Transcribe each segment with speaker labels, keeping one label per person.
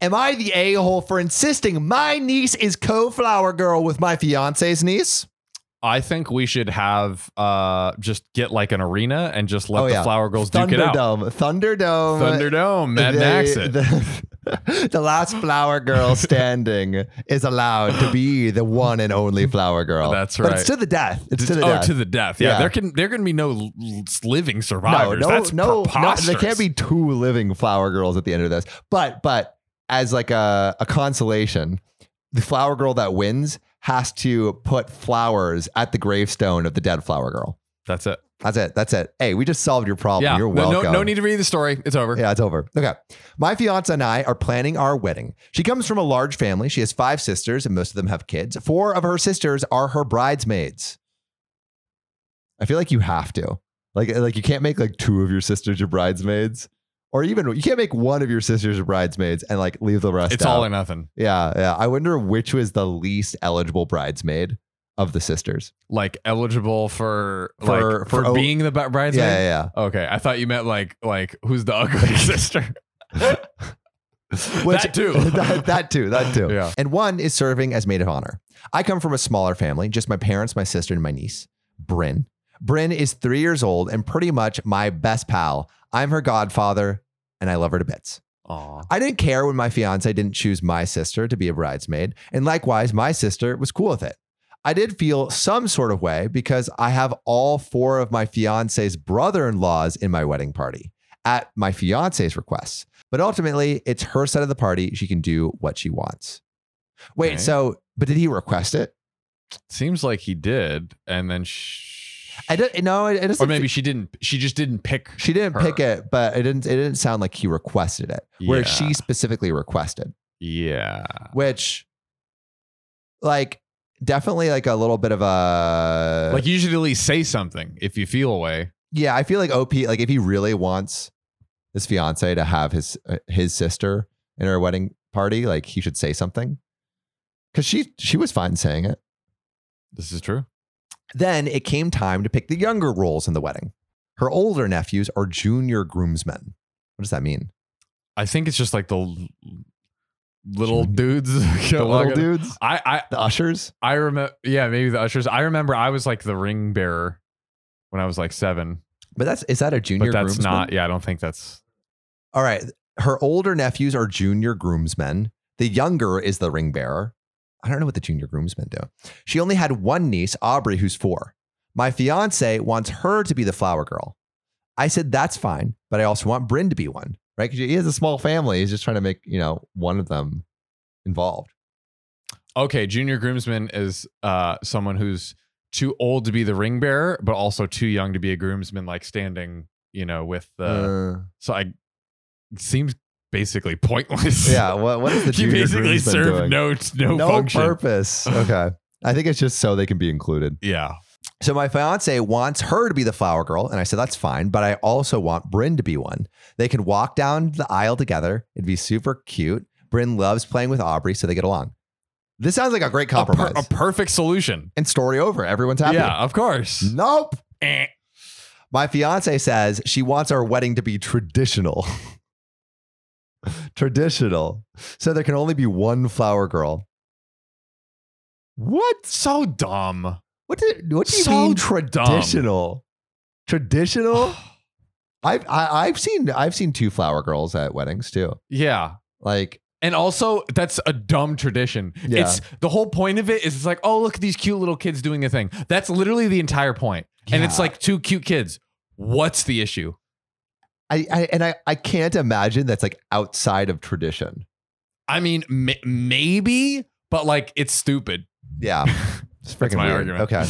Speaker 1: Am I the a hole for insisting my niece is co flower girl with my fiance's niece?
Speaker 2: I think we should have uh just get like an arena and just let
Speaker 1: Oh,
Speaker 2: the
Speaker 1: yeah.
Speaker 2: flower girls duke it out.
Speaker 1: Thunderdome. Thunderdome.
Speaker 2: Thunderdome, Mad
Speaker 1: the,
Speaker 2: Max it.
Speaker 1: The, the last flower girl standing is allowed to be the one and only flower girl.
Speaker 2: That's
Speaker 1: But it's
Speaker 2: right.
Speaker 1: to the death. It's to
Speaker 2: oh,
Speaker 1: the death.
Speaker 2: to the death. Yeah,
Speaker 1: Yeah.
Speaker 2: there can there can be no l- l- living
Speaker 1: no,
Speaker 2: survivors.
Speaker 1: no,
Speaker 2: That's
Speaker 1: no, no.
Speaker 2: preposterous.
Speaker 1: There can't be two living flower girls at the end of this. But, but as like a, a consolation, the flower girl that wins has to put flowers at the gravestone of the dead flower girl.
Speaker 2: That's it.
Speaker 1: That's it. That's it. Hey, we just solved your problem.
Speaker 2: Yeah,
Speaker 1: Oh, You're
Speaker 2: no, no,
Speaker 1: welcome.
Speaker 2: no need to read the story. It's over.
Speaker 1: Yeah, it's over. Okay. My fiance and I are planning our wedding. She comes from a large family. She has five sisters, and most of them have kids. Four of her sisters are her bridesmaids. I feel like you have to. Like, like you can't make like two of your sisters your bridesmaids. Or even you can't make one of your sisters your bridesmaids and like leave the rest.
Speaker 2: it's
Speaker 1: out.
Speaker 2: all or nothing.
Speaker 1: Yeah, yeah. I wonder which was the least eligible bridesmaid of the sisters.
Speaker 2: Like eligible for
Speaker 1: For-
Speaker 2: like,
Speaker 1: for
Speaker 2: for,
Speaker 1: o-
Speaker 2: being the b- bridesmaid.
Speaker 1: yeah, yeah, yeah.
Speaker 2: Okay, I thought you meant like like who's the ugly sister.
Speaker 1: Which-
Speaker 2: that too.
Speaker 1: that, that too. That too.
Speaker 2: Yeah.
Speaker 1: And one is serving as maid of honor. I come from a smaller family, just my parents, my sister, and my niece, Bryn. Bryn is three years old and pretty much my best pal. I'm her godfather and I love her to bits.
Speaker 2: Aw.
Speaker 1: I didn't care when my fiance didn't choose my sister to be a bridesmaid. And likewise, my sister was cool with it. I did feel some sort of way because I have all four of my fiance's brother in laws in my wedding party at my fiance's request. But ultimately, it's her side of the party. She can do what she wants. Wait,
Speaker 2: Right.
Speaker 1: so, but did he request it?
Speaker 2: Seems like he did, and then sh-
Speaker 1: I don't, no, it, it doesn't.
Speaker 2: or maybe she didn't. She just didn't pick.
Speaker 1: she didn't
Speaker 2: her.
Speaker 1: pick it, but it didn't, it didn't sound like he requested it, where
Speaker 2: Yeah.
Speaker 1: she specifically requested.
Speaker 2: Yeah,
Speaker 1: which like definitely like a little bit of a
Speaker 2: like you should at least say something if you feel away.
Speaker 1: yeah i feel like op like if he really wants his fiance to have his uh, his sister in her wedding party like he should say something because she she was fine saying it
Speaker 2: This is true.
Speaker 1: then it came time to pick the younger roles in the wedding her older nephews are junior groomsmen what does that mean
Speaker 2: I think it's just like the l- little
Speaker 1: Junior-
Speaker 2: dudes.
Speaker 1: the little dudes
Speaker 2: I I
Speaker 1: the ushers
Speaker 2: I remember. Yeah, maybe the ushers. I remember I was like the ring bearer when I was like seven,
Speaker 1: but that's is that a junior
Speaker 2: but that's
Speaker 1: groomsman?
Speaker 2: not. Yeah, I don't think that's.
Speaker 1: All right. Her older nephews are junior groomsmen. The younger is the ring bearer. I don't know what the junior groomsmen do. She only had one niece, Aubrey, who's four. My fiance wants her to be the flower girl. I said, that's fine, but I also want Bryn to be one, right? Because he has a small family. He's just trying to make, you know, one of them involved.
Speaker 2: Okay, junior groomsman is uh someone who's too old to be the ring bearer, but also too young to be a groomsman, like standing, you know, with the.
Speaker 1: Uh,
Speaker 2: so I it seems basically pointless.
Speaker 1: yeah. What, what is the
Speaker 2: you
Speaker 1: junior
Speaker 2: basically
Speaker 1: groomsman
Speaker 2: serve
Speaker 1: doing?
Speaker 2: no no
Speaker 1: no
Speaker 2: function.
Speaker 1: purpose. Okay. I think it's just so they can be included.
Speaker 2: Yeah.
Speaker 1: So my fiance wants her to be the flower girl, and I said that's fine, but I also want Bryn to be one. They can walk down the aisle together. It'd be super cute. Bryn loves playing with Aubrey, so they get along. This sounds like a great
Speaker 2: A per-
Speaker 1: compromise.
Speaker 2: A, perfect solution.
Speaker 1: and story over. Everyone's happy.
Speaker 2: Yeah, of course.
Speaker 1: Nope.
Speaker 2: Eh.
Speaker 1: My fiance says she wants our wedding to be traditional. traditional. So there can only be one flower girl.
Speaker 2: What? So dumb.
Speaker 1: What do, what do you
Speaker 2: so
Speaker 1: mean
Speaker 2: dumb.
Speaker 1: traditional? Traditional? I've I, I've seen I've seen two flower girls at weddings too.
Speaker 2: Yeah.
Speaker 1: Like
Speaker 2: And also, that's a dumb tradition.
Speaker 1: Yeah.
Speaker 2: It's the whole point of it is it's like, oh, look at these cute little kids doing the thing. That's literally the entire point. And it's
Speaker 1: Yeah.
Speaker 2: like two cute kids. What's the issue?
Speaker 1: I, I and I I can't imagine that's like outside of tradition.
Speaker 2: I mean, m- maybe, but like, it's stupid.
Speaker 1: Yeah, it's
Speaker 2: That's
Speaker 1: freaking
Speaker 2: my
Speaker 1: weird.
Speaker 2: argument.
Speaker 1: Okay,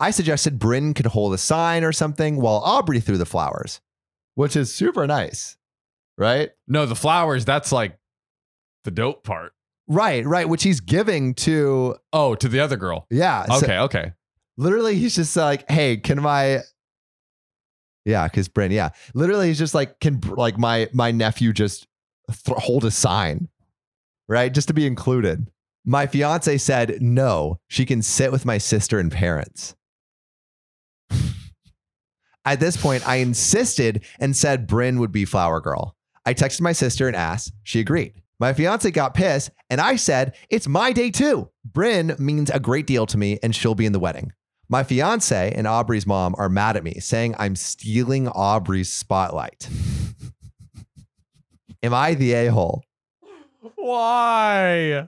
Speaker 1: I suggested Bryn could hold a sign or something while Aubrey threw the flowers, which is super nice, right?
Speaker 2: No, the flowers. That's like the dope part.
Speaker 1: Right, right. Which he's giving to
Speaker 2: Oh, to the other girl.
Speaker 1: yeah. so
Speaker 2: Okay, okay.
Speaker 1: literally, he's just like, hey, can my yeah, because Bryn, yeah, literally, he's just like, can like my my nephew just th- hold a sign, right, just to be included. My fiance said no. She can sit with my sister and parents. At this point, I insisted and said Bryn would be flower girl. I texted my sister and asked. She agreed. My fiance got pissed, and I said, It's my day too. Bryn means a great deal to me, and she'll be in the wedding. My fiance and Aubrey's mom are mad at me, saying I'm stealing Aubrey's spotlight. Am I the a hole?
Speaker 2: Why?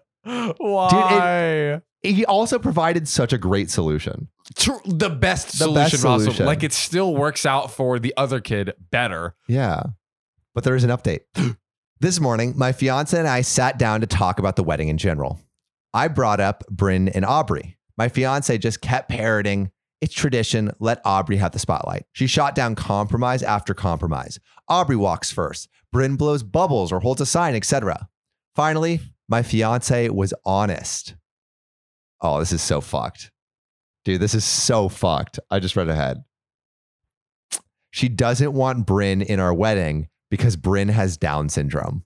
Speaker 2: Why?
Speaker 1: He also provided such a great solution.
Speaker 2: Tr- the best
Speaker 1: The
Speaker 2: solution,
Speaker 1: best
Speaker 2: possible.
Speaker 1: solution.
Speaker 2: Like it still works out for the other kid better.
Speaker 1: Yeah. But there is an update. this morning, my fiance and I sat down to talk about the wedding in general. I brought up Bryn and Aubrey. My fiance just kept parroting, it's tradition, let Aubrey have the spotlight. She shot down compromise after compromise. Aubrey walks first. Bryn blows bubbles or holds a sign, etc. Finally, my fiance was honest. Oh, this is so fucked. Dude, this is so fucked. I just read ahead. She doesn't want Bryn in our wedding because Bryn has Down syndrome.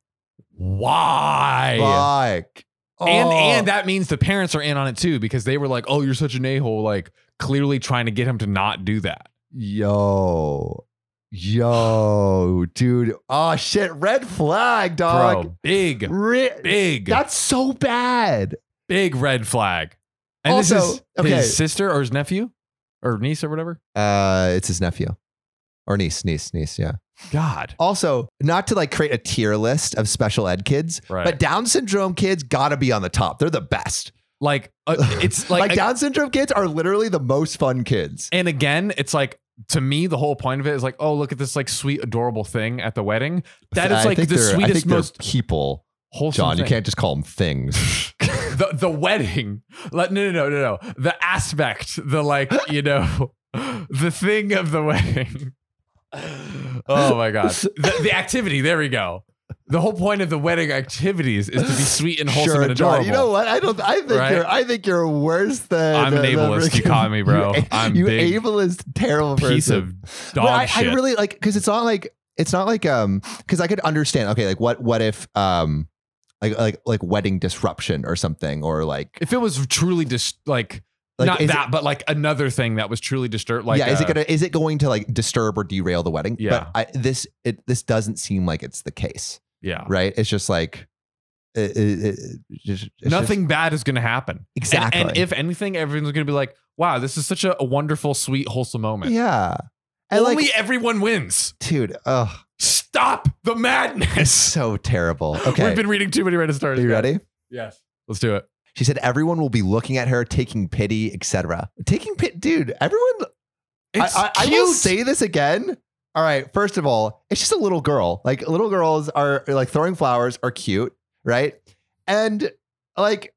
Speaker 2: Why?
Speaker 1: Fuck.
Speaker 2: And
Speaker 1: Oh.
Speaker 2: and that means the parents are in on it too because they were like, "Oh, you're such an a-hole," like clearly trying to get him to not do that.
Speaker 1: yo, yo, dude. Oh shit, red flag, dog.
Speaker 2: Bro, big,
Speaker 1: Re-
Speaker 2: big,
Speaker 1: That's so bad.
Speaker 2: big red flag. And
Speaker 1: Also,
Speaker 2: this is
Speaker 1: okay.
Speaker 2: his sister or his nephew or niece or whatever.
Speaker 1: Uh, it's his nephew or niece, niece, niece. Yeah.
Speaker 2: God,
Speaker 1: Also, not to like create a tier list of special ed kids,
Speaker 2: right?
Speaker 1: but Down syndrome kids gotta be on the top. They're the best.
Speaker 2: like uh, it's like,
Speaker 1: like Down syndrome kids are literally the most fun kids.
Speaker 2: and again, it's like to me the whole point of it is like, oh, look at this like sweet adorable thing at the wedding. That is
Speaker 1: I
Speaker 2: like
Speaker 1: think
Speaker 2: the
Speaker 1: they're- I
Speaker 2: sweetest,
Speaker 1: think they're
Speaker 2: most-
Speaker 1: people.
Speaker 2: Wholesome
Speaker 1: John, you
Speaker 2: thing.
Speaker 1: can't just call them things.
Speaker 2: the the wedding. Like, no, no, no, no, no. The aspect, the like, you know, the thing of the wedding. Oh my god, the, the activity. There we go. The whole point of the wedding activities is to be sweet and wholesome
Speaker 1: sure,
Speaker 2: and adorable.
Speaker 1: John. You know what? I don't. I think
Speaker 2: Right?
Speaker 1: you're. I think you're worse than.
Speaker 2: I'm an
Speaker 1: than- than-
Speaker 2: ableist. You caught me, bro.
Speaker 1: You,
Speaker 2: I'm
Speaker 1: you
Speaker 2: big
Speaker 1: ableist, terrible
Speaker 2: Piece
Speaker 1: person.
Speaker 2: of
Speaker 1: But
Speaker 2: dog
Speaker 1: I,
Speaker 2: shit.
Speaker 1: I really like because it's not like it's not like um because I could understand. Okay, like what what if um like like like wedding disruption or something or like
Speaker 2: if it was truly just like,
Speaker 1: like
Speaker 2: not
Speaker 1: is it-
Speaker 2: that, but like another thing that was truly disturbed. Like,
Speaker 1: yeah, is it
Speaker 2: uh,
Speaker 1: gonna is it going to like disturb or derail the wedding?
Speaker 2: Yeah.
Speaker 1: but I, this it this doesn't seem like it's the case.
Speaker 2: yeah.
Speaker 1: right? It's just like it, it, it- it's just, it's
Speaker 2: Nothing bad is gonna happen.
Speaker 1: just-
Speaker 2: And-
Speaker 1: exactly.
Speaker 2: And, if anything, everyone's gonna be like, "Wow, this is such a, a wonderful, sweet, wholesome moment."
Speaker 1: yeah, and
Speaker 2: Only
Speaker 1: like,
Speaker 2: everyone wins.
Speaker 1: dude, oh,
Speaker 2: Stop the
Speaker 1: it's
Speaker 2: madness.
Speaker 1: so terrible. Okay,
Speaker 2: We've been reading too many Reddit
Speaker 1: are
Speaker 2: stories.
Speaker 1: you
Speaker 2: guys.
Speaker 1: ready?
Speaker 2: Yes. Let's do it.
Speaker 1: She said everyone will be looking at her, taking pity, etc. Taking pit, dude. Everyone, I,
Speaker 2: It's
Speaker 1: I, I
Speaker 2: cute.
Speaker 1: will say this again. All right, first of all, it's just a little girl. Like little girls are like throwing flowers are cute, right? And like,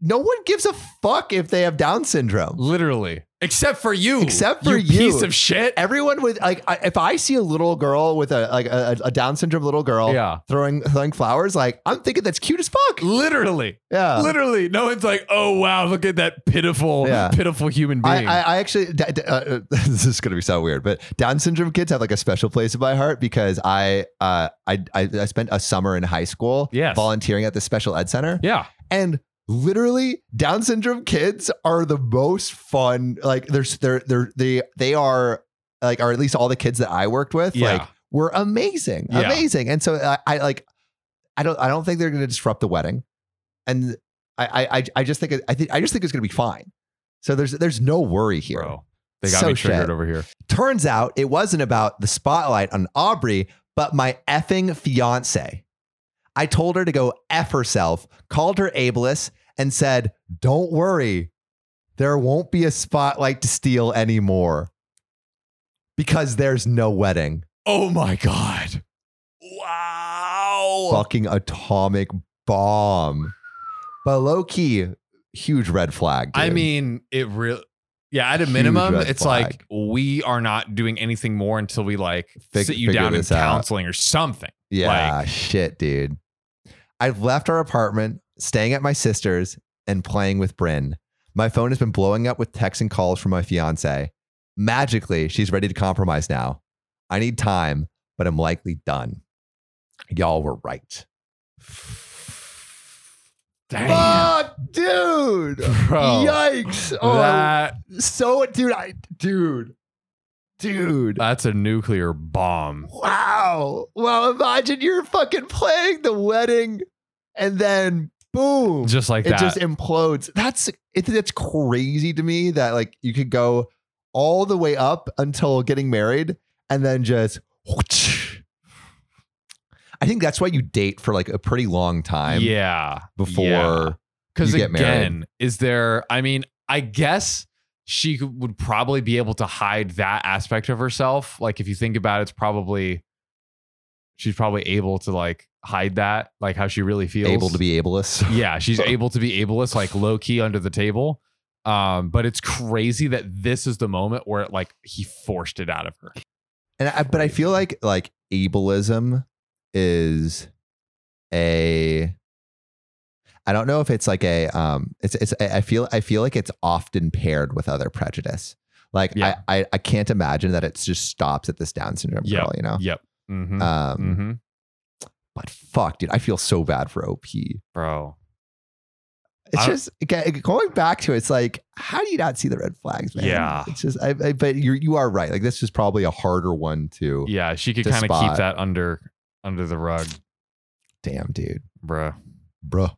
Speaker 1: no one gives a fuck if they have Down syndrome.
Speaker 2: Literally, except for you.
Speaker 1: Except for you.
Speaker 2: piece of shit.
Speaker 1: everyone with like I, if I see a little girl with a like a, a Down syndrome little girl
Speaker 2: Yeah.
Speaker 1: throwing throwing flowers, like I'm thinking that's cute as fuck.
Speaker 2: Literally,
Speaker 1: Yeah.
Speaker 2: literally. No one's like, "Oh wow, look at that pitiful,
Speaker 1: Yeah.
Speaker 2: pitiful human
Speaker 1: I,
Speaker 2: being."
Speaker 1: I, I actually, d- d- uh, uh, this is going to be so weird, but Down syndrome kids have like a special place in my heart because I, uh, I, I, I spent a summer in high school
Speaker 2: Yes.
Speaker 1: volunteering at the special ed center.
Speaker 2: yeah.
Speaker 1: And literally, Down syndrome kids are the most fun. Like, there's, they're, they're, they, they are like, or at least all the kids that I worked with,
Speaker 2: Yeah.
Speaker 1: like, were amazing,
Speaker 2: Yeah.
Speaker 1: amazing. And so uh, I, I like, I don't, I don't think they're going to disrupt the wedding, and I, I, I- I just think, it- I think, I just think it's going to be fine. So there's, there's no worry here.
Speaker 2: Bro, they got
Speaker 1: So
Speaker 2: me triggered
Speaker 1: shit.
Speaker 2: over here.
Speaker 1: Turns out it wasn't about the spotlight on Aubrey, but my effing fiance. I told her to go f herself, called her ableist, and said, "Don't worry, there won't be a spotlight to steal anymore." Because there's no wedding.
Speaker 2: Oh my god. Wow.
Speaker 1: fucking atomic bomb. But low key, huge red flag.
Speaker 2: I
Speaker 1: dude.
Speaker 2: mean, it really. Yeah, at a
Speaker 1: Huge
Speaker 2: minimum,
Speaker 1: red
Speaker 2: it's
Speaker 1: flag.
Speaker 2: like we are not doing anything more until we like
Speaker 1: Fig-
Speaker 2: sit you
Speaker 1: figure
Speaker 2: down in
Speaker 1: this out.
Speaker 2: counseling or something.
Speaker 1: yeah, shit, dude. I've left our apartment, staying at my sister's, and playing with Bryn. My phone has been blowing up with texts and calls from my fiance. Magically, she's ready to compromise now. I need time, but I'm likely done. Y'all were right.
Speaker 2: Damn,
Speaker 1: Fuck, Oh, dude.
Speaker 2: bro.
Speaker 1: Yikes.
Speaker 2: that,
Speaker 1: so, dude, I, dude, dude.
Speaker 2: that's a nuclear bomb.
Speaker 1: Wow. Wow. Imagine you're fucking playing the wedding and then boom,
Speaker 2: just like
Speaker 1: it
Speaker 2: that.
Speaker 1: just implodes. That's it, it's crazy to me that like you could go all the way up until getting married and then just. whoosh. I think that's why you date for like a pretty long time
Speaker 2: yeah.
Speaker 1: before.
Speaker 2: yeah. Because
Speaker 1: you get
Speaker 2: again,
Speaker 1: married.
Speaker 2: is there? I mean, I guess she could- would probably be able to hide that aspect of herself. Like, if you think about it, it's probably she's probably able to like hide that, like how she really feels.
Speaker 1: Able to be ableist.
Speaker 2: yeah, she's able to be ableist, like low key under the table. Um, but it's crazy that this is the moment where it, like he forced it out of her.
Speaker 1: And I, but I feel like like ableism is a I don't know if it's like a um it's it's I I feel I feel like it's often paired with other prejudice. Like
Speaker 2: Yeah.
Speaker 1: I, I I can't imagine that it just stops at this Down syndrome
Speaker 2: Yeah.
Speaker 1: girl, you know.
Speaker 2: Yep. Mm-hmm.
Speaker 1: Um
Speaker 2: mm-hmm.
Speaker 1: but fuck dude, I feel so bad for OP.
Speaker 2: Bro.
Speaker 1: It's
Speaker 2: I don't-
Speaker 1: just again, going back to it, it's like how do you not see the red flags, man?
Speaker 2: Yeah.
Speaker 1: It's just I, I but you you are right. Like this is probably a harder one to
Speaker 2: Yeah, she could
Speaker 1: To
Speaker 2: kind of
Speaker 1: spot.
Speaker 2: keep that under under the rug,
Speaker 1: damn dude.
Speaker 2: bruh.
Speaker 1: Bruh.